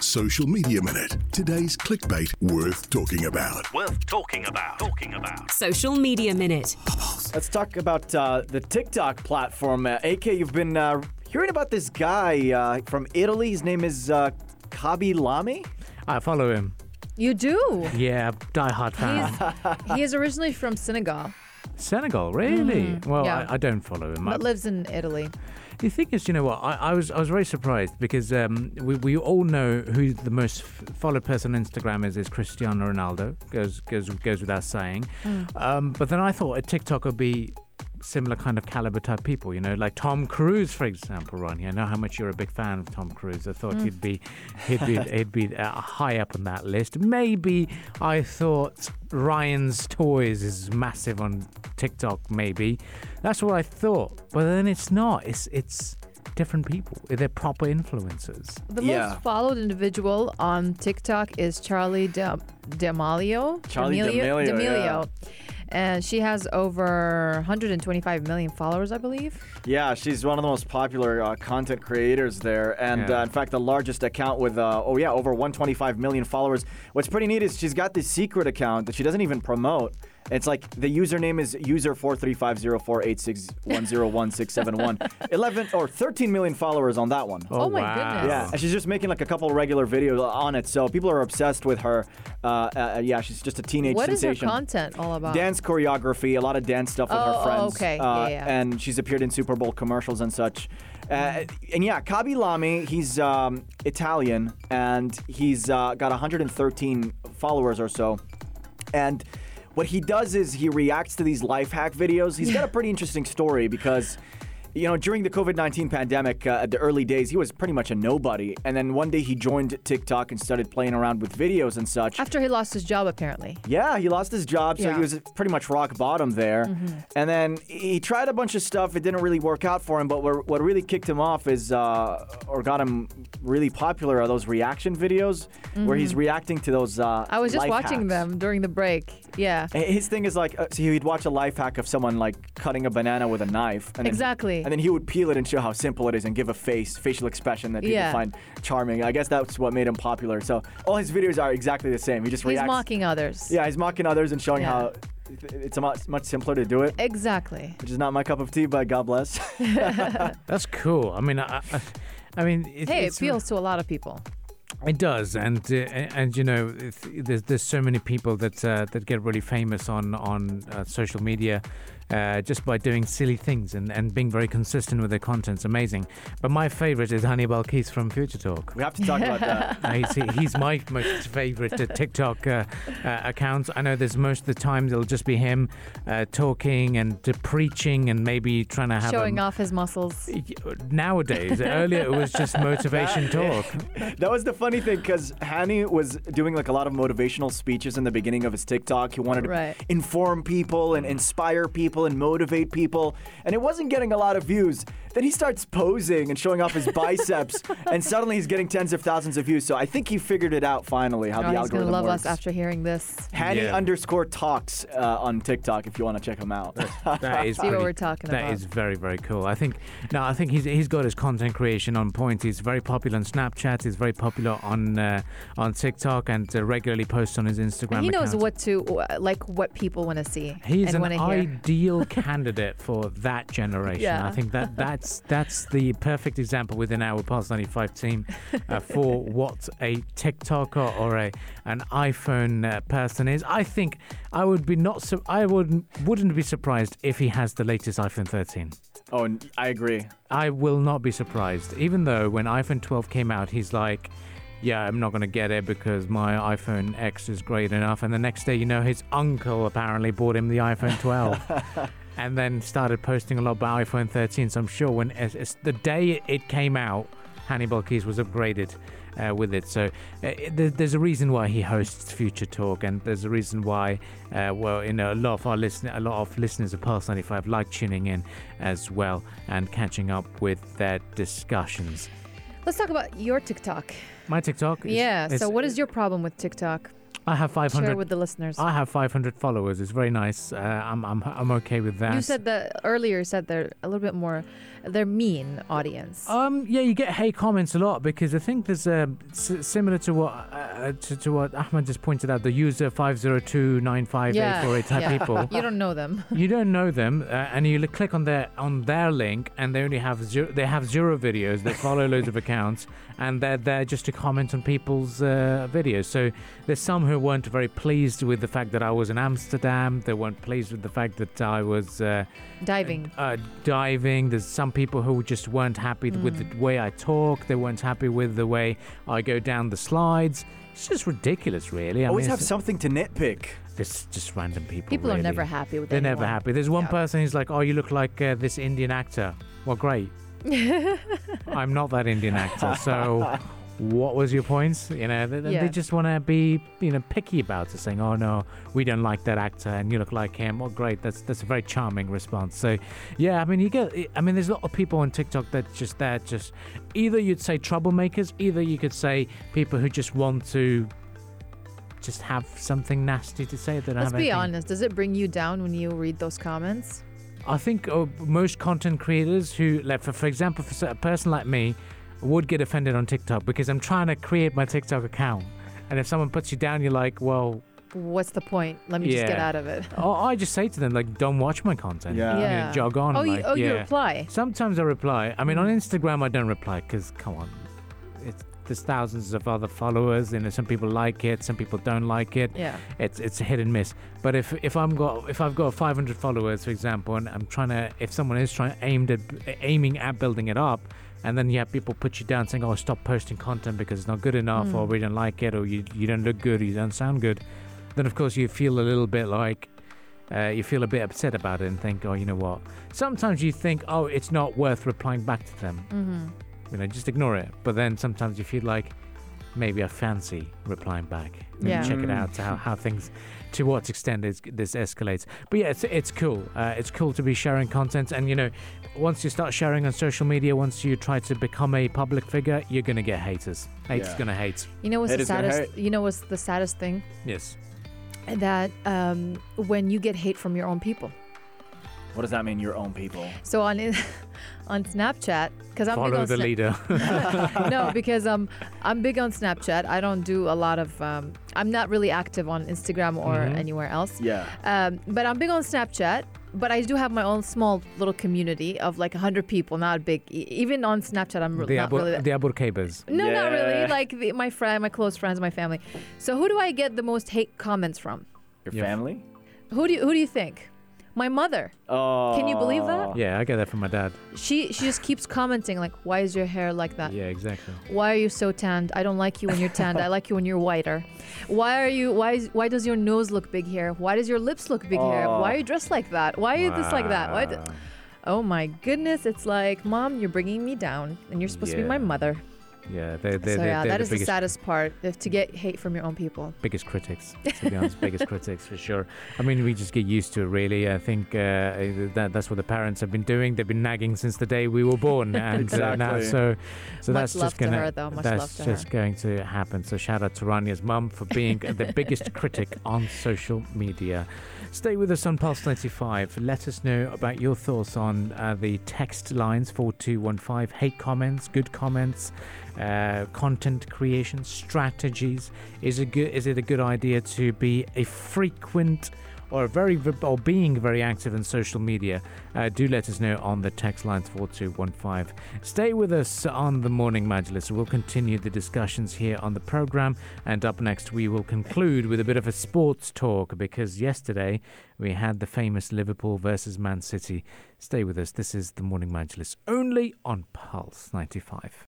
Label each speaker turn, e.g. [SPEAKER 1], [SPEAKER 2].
[SPEAKER 1] Social Media Minute. Today's clickbait worth talking about.
[SPEAKER 2] Worth talking about. Talking about.
[SPEAKER 3] Social Media Minute.
[SPEAKER 4] Let's talk about uh, the TikTok platform. Uh, AK, you've been uh, hearing about this guy uh, from Italy. His name is uh, Kabi Lami.
[SPEAKER 5] I follow him.
[SPEAKER 6] You do.
[SPEAKER 5] Yeah, diehard fan.
[SPEAKER 6] he is originally from Senegal,
[SPEAKER 5] Senegal, really? well,
[SPEAKER 6] Hmm, yeah.
[SPEAKER 5] I, I don't follow him. I-
[SPEAKER 6] but lives in Italy.
[SPEAKER 5] the thing is, you know what? I, I was I was very surprised because um, we, we all know who the most f- followed person on Instagram is is Cristiano Ronaldo. Goes goes goes without saying.
[SPEAKER 6] Hmm.
[SPEAKER 5] Um, but then I thought a TikTok would be similar kind of caliber type people. You know, like Tom Cruise, for example. Ronnie, I know how much you're a big fan of Tom Cruise. I thought he'd be he'd be he'd be uh, high up on that list. Maybe I thought Ryan's Toys is massive on TikTok. Maybe that's what I thought. But then it's not. It's it's different people. They're proper influencers.
[SPEAKER 6] The
[SPEAKER 4] Yeah.
[SPEAKER 6] most followed individual on TikTok is Charlie De- D'Amelio.
[SPEAKER 4] Charli D'Amelio,
[SPEAKER 6] D'Amelio. D'Amelio. And she has over 125 million followers, I believe.
[SPEAKER 4] Yeah, she's one of the most popular uh, content creators there, and
[SPEAKER 5] Yeah.
[SPEAKER 4] uh, in fact, the largest account with uh, oh yeah, over 125 million followers. What's pretty neat is she's got this secret account that she doesn't even promote. It's like the username is user four three five zero four eight six one zero one six seven one. Eleven or 13 million followers on that one.
[SPEAKER 6] Oh my goodness.
[SPEAKER 4] Yeah, and she's just making like a couple regular videos on it, so people are obsessed with her. Uh, uh, yeah, she's just a teenage
[SPEAKER 6] What is her
[SPEAKER 4] sensation.
[SPEAKER 6] content all about?
[SPEAKER 4] Dance choreography, a lot of dance stuff with
[SPEAKER 6] Oh,
[SPEAKER 4] her
[SPEAKER 6] oh,
[SPEAKER 4] friends.
[SPEAKER 6] okay. Yeah,
[SPEAKER 4] uh,
[SPEAKER 6] yeah.
[SPEAKER 4] And she's appeared in Super Bowl commercials and such. Uh, and yeah, Kabi Lami, he's um, Italian and he's uh, got 113 followers or so. And what he does is he reacts to these life hack videos. He's got a pretty interesting story because. You know, during the COVID 19 pandemic, uh, at the early days, he was pretty much a nobody. And then one day he joined TikTok and started playing around with videos and such.
[SPEAKER 6] After he lost his job, apparently.
[SPEAKER 4] Yeah, he lost his job, so
[SPEAKER 6] Yeah. Mm-hmm.
[SPEAKER 4] he was pretty much rock bottom there. And then he tried a bunch of stuff; it didn't really work out for him. But what what really kicked him off is, uh, or got him really popular, are those reaction videos where he's reacting to those. Uh,
[SPEAKER 6] Mm-hmm. I was just
[SPEAKER 4] life
[SPEAKER 6] watching
[SPEAKER 4] hacks.
[SPEAKER 6] them during the break. Yeah.
[SPEAKER 4] And His thing is like, uh, so he'd watch a life hack of someone like cutting a banana with a knife, and then-
[SPEAKER 6] Exactly.
[SPEAKER 4] and then he would peel it and show how simple it is, and give a face, facial expression that people
[SPEAKER 6] Yeah.
[SPEAKER 4] find charming. I guess that's what made him popular. So all his videos are exactly the same. He just
[SPEAKER 6] He's
[SPEAKER 4] reacts.
[SPEAKER 6] mocking others.
[SPEAKER 4] Yeah, he's mocking others and showing
[SPEAKER 6] Yeah.
[SPEAKER 4] how it's a much, much simpler to do it,
[SPEAKER 6] Exactly.
[SPEAKER 4] which is not my cup of tea, but God bless.
[SPEAKER 5] That's cool. I mean, I, I, I mean, it,
[SPEAKER 6] Hey, it
[SPEAKER 5] it's-
[SPEAKER 6] appeals to a lot of people.
[SPEAKER 5] It does, and uh, and and, you know, if- there's there's so many people that uh, that get really famous on on uh, social media, uh, just by doing silly things and, and being very consistent with their content. It's amazing. But my favorite is Hannibal Keith from Future Talk.
[SPEAKER 4] we have to talk about that.
[SPEAKER 5] Uh, he's, he's my most favorite uh, TikTok uh, uh, account. I know there's most of the time it'll just be him uh, talking and uh, preaching and maybe trying to have
[SPEAKER 6] Showing
[SPEAKER 5] a,
[SPEAKER 6] off his muscles.
[SPEAKER 5] Nowadays, earlier it was just motivation talk.
[SPEAKER 4] That was the funny thing because Hani was doing like a lot of motivational speeches in the beginning of his TikTok. He wanted to
[SPEAKER 6] Right.
[SPEAKER 4] inform people and inspire people and motivate people, and it wasn't getting a lot of views. Then he starts posing and showing off his biceps, and suddenly he's getting tens of thousands of views. So I think he figured it out finally how
[SPEAKER 6] Oh,
[SPEAKER 4] the
[SPEAKER 6] he's gonna
[SPEAKER 4] algorithm
[SPEAKER 6] love
[SPEAKER 4] works.
[SPEAKER 6] us after hearing this.
[SPEAKER 4] Hani
[SPEAKER 5] Yeah.
[SPEAKER 4] underscore talks uh, on TikTok if you want to check him out.
[SPEAKER 5] That is
[SPEAKER 6] See what
[SPEAKER 5] pretty-
[SPEAKER 6] we're talking
[SPEAKER 5] That
[SPEAKER 6] about.
[SPEAKER 5] is very very cool. I think no, I think he's he's got his content creation on point. He's very popular on Snapchat. He's very popular on uh, on TikTok and uh, regularly posts on his Instagram.
[SPEAKER 6] And he knows
[SPEAKER 5] account.
[SPEAKER 6] what to uh, like, what people want to see
[SPEAKER 5] He's
[SPEAKER 6] and
[SPEAKER 5] an
[SPEAKER 6] want to hear.
[SPEAKER 5] ideal candidate for that generation.
[SPEAKER 6] Yeah.
[SPEAKER 5] I think that that's that's the perfect example within our Pulse 95 team uh, for what a TikToker or a an iPhone uh, person is. I think I would be not so I would wouldn't be surprised if he has the latest iPhone 13.
[SPEAKER 4] Oh, n- I agree.
[SPEAKER 5] I will not be surprised, even though when iPhone 12 came out, he's like, yeah, I'm not going to get it because my iPhone X is great enough. And the next day, you know, his uncle apparently bought him the iPhone 12 and then started posting a lot about iPhone 13. So I'm sure when it's, it's the day it came out, Hannibal Keys was upgraded uh, with it. So uh, it, there- there's a reason why he hosts Future Talk, and there's a reason why, uh, well, you know, a lot of our listen, a lot of listeners of Pulse 95 like tuning in as well and catching up with their discussions.
[SPEAKER 6] Let's talk about your TikTok.
[SPEAKER 5] My TikTok. Is,
[SPEAKER 6] yeah.
[SPEAKER 5] is-
[SPEAKER 6] So, what is your problem with TikTok?
[SPEAKER 5] I have
[SPEAKER 6] Share
[SPEAKER 5] 500.
[SPEAKER 6] with the listeners.
[SPEAKER 5] I have 500 followers. It's very nice. Uh, I'm, I'm, I'm okay with that.
[SPEAKER 6] you said that earlier. You said they're a little bit more, they're mean audience.
[SPEAKER 5] Um, yeah, you get hate comments a lot because I think there's a s- similar to what uh, to, to what Ahmed just pointed out. The user five zero two nine five eight four eight type
[SPEAKER 6] yeah.
[SPEAKER 5] people.
[SPEAKER 6] You don't know them.
[SPEAKER 5] You don't know them, uh, and you li- click on their on their link, and they only have zero. They have zero videos. They follow loads of accounts, and they're there just to comment on people's uh, videos. So there's some who weren't very pleased with the fact that I was in Amsterdam. They weren't pleased with the fact that I was. Uh,
[SPEAKER 6] Diving.
[SPEAKER 5] uh, diving. There's some people who just weren't happy with
[SPEAKER 6] Mm.
[SPEAKER 5] the way I talk. They weren't happy with the way I go down the slides. It's just ridiculous, really. I
[SPEAKER 4] Always
[SPEAKER 5] mean,
[SPEAKER 4] have
[SPEAKER 5] it's-
[SPEAKER 4] something to nitpick.
[SPEAKER 5] It's just random people.
[SPEAKER 6] People are
[SPEAKER 5] really.
[SPEAKER 6] never happy with
[SPEAKER 5] They're never
[SPEAKER 6] anyone.
[SPEAKER 5] happy. There's one
[SPEAKER 6] Yeah.
[SPEAKER 5] person who's like, "Oh, you look like uh, this Indian actor." Well, great. I'm not that Indian actor, so. What was your points? You know, they, they-
[SPEAKER 6] Yeah.
[SPEAKER 5] they just want to be, you know, picky about it, saying, "Oh no, we don't like that actor, and you look like him." Well, great, that's that's a very charming response. So, yeah, I mean, you get, I mean, there's a lot of people on TikTok that just that just either you'd say troublemakers, either you could say people who just want to just have something nasty to say. That have
[SPEAKER 6] Let's be
[SPEAKER 5] anything-
[SPEAKER 6] honest. Does it bring you down when you read those comments?
[SPEAKER 5] I think uh, most content creators who, like, for, for example, for a person like me, would get offended on TikTok because I'm trying to create my TikTok account. And if someone puts you down, you're like, well,
[SPEAKER 6] What's the point? Let me just get
[SPEAKER 5] Yeah.
[SPEAKER 6] out of it.
[SPEAKER 5] oh, I just say to them, like, don't watch my content.
[SPEAKER 4] Yeah.
[SPEAKER 5] You know,
[SPEAKER 6] Yeah.
[SPEAKER 5] jog on.
[SPEAKER 6] Oh, you-
[SPEAKER 5] like,
[SPEAKER 6] oh, you
[SPEAKER 5] yeah.
[SPEAKER 6] reply.
[SPEAKER 5] Sometimes I reply. I mean, on Instagram, I don't reply because, come on, it's, there's thousands of other followers. You know, some people like it, some people don't like it.
[SPEAKER 6] Yeah.
[SPEAKER 5] it's it's a hit and miss. But if if I'm got if I've got 500 followers, for example, and I'm trying to if someone is trying aimed at aiming at building it up, and then you have people put you down saying, "Oh, stop posting content because it's not good enough," or "We don't like it," or "You you don't look good," or "You don't sound good," then of course you feel a little bit like. Uh, you feel a bit upset about it and think, oh, you know what? Sometimes you think, oh, it's not worth replying back to them.
[SPEAKER 6] Mm-hmm.
[SPEAKER 5] You know, just ignore it. But then sometimes you feel like maybe I fancy replying back. Maybe
[SPEAKER 6] Yeah.
[SPEAKER 5] check it out to how, how things, to what extent is, this escalates. But yeah, it's, it's cool. Uh, it's cool to be sharing content. And, you know, once you start sharing on social media, once you try to become a public figure, you're going to get haters. Haters
[SPEAKER 4] Yeah.
[SPEAKER 5] going to hate.
[SPEAKER 6] You know what's
[SPEAKER 4] Hate
[SPEAKER 6] the
[SPEAKER 4] is gonna
[SPEAKER 6] saddest? You know what's the saddest thing?
[SPEAKER 5] Yes.
[SPEAKER 6] That um, when you get hate from your own people.
[SPEAKER 4] What does that mean? Your own people.
[SPEAKER 6] So on in- on Snapchat, because I'm big
[SPEAKER 5] Follow
[SPEAKER 6] on
[SPEAKER 5] the
[SPEAKER 6] Sna-
[SPEAKER 5] leader.
[SPEAKER 6] no, because um, I'm big on Snapchat. I don't do a lot of. Um, I'm not really active on Instagram or
[SPEAKER 5] Mm-hmm.
[SPEAKER 6] anywhere else.
[SPEAKER 4] Yeah.
[SPEAKER 6] Um, but I'm big on Snapchat. But I do have my own small little community of like 100 people, not big. E- even on Snapchat, I'm re-
[SPEAKER 5] the
[SPEAKER 6] not
[SPEAKER 5] Abu,
[SPEAKER 6] really.
[SPEAKER 5] the Abu Khabas.
[SPEAKER 6] no, not really.
[SPEAKER 4] Yeah.
[SPEAKER 6] Like the, my friend, my close friends, my family. So who do I get the most hate comments from?
[SPEAKER 4] Your
[SPEAKER 5] Yeah.
[SPEAKER 4] family?
[SPEAKER 6] Who do you, who do you think? My mother.
[SPEAKER 4] Oh.
[SPEAKER 6] Can you believe that?
[SPEAKER 5] Yeah, I get that from my dad.
[SPEAKER 6] She she just keeps commenting like, why is your hair like that?
[SPEAKER 5] Yeah, exactly.
[SPEAKER 6] Why are you so tanned? I don't like you when you're tanned. I like you when you're whiter. Why are you? Why is? Why does your nose look big here? Why does your lips look big here? Why are you dressed like that? Why are you this like that? Why? d-
[SPEAKER 5] Wow.
[SPEAKER 6] oh my goodness! It's like, mom, you're bringing me down, and you're supposed to be my
[SPEAKER 5] Yeah.
[SPEAKER 6] mother.
[SPEAKER 5] Yeah, they're, they're,
[SPEAKER 6] so
[SPEAKER 5] they're,
[SPEAKER 6] yeah,
[SPEAKER 5] they're
[SPEAKER 6] that
[SPEAKER 5] the
[SPEAKER 6] is the,
[SPEAKER 5] biggest
[SPEAKER 6] saddest part if to get hate from your own people.
[SPEAKER 5] biggest critics to be honest biggest critics for sure i mean we just get used to it really i think uh, that that's what the parents have been doing they've been nagging since the day we were born and uh, now
[SPEAKER 4] Exactly.
[SPEAKER 5] so so
[SPEAKER 6] Much
[SPEAKER 5] that's
[SPEAKER 6] love
[SPEAKER 5] just
[SPEAKER 6] to
[SPEAKER 5] gonna
[SPEAKER 6] her, though. Much
[SPEAKER 5] that's
[SPEAKER 6] love to her.
[SPEAKER 5] just going to happen so shout out to rania's mum for being the biggest critic on social media stay with us on pulse 95 let us know about your thoughts on uh, the text lines 4215 hate comments good comments uh, content creation strategies is it good is it a good idea to be a frequent or very or being very active in social media uh, do let us know on the text lines 4215 stay with us on the morning majlis we'll continue the discussions here on the program and up next we will conclude with a bit of a sports talk because yesterday we had the famous liverpool versus man city stay with us this is the morning majlis only on pulse 95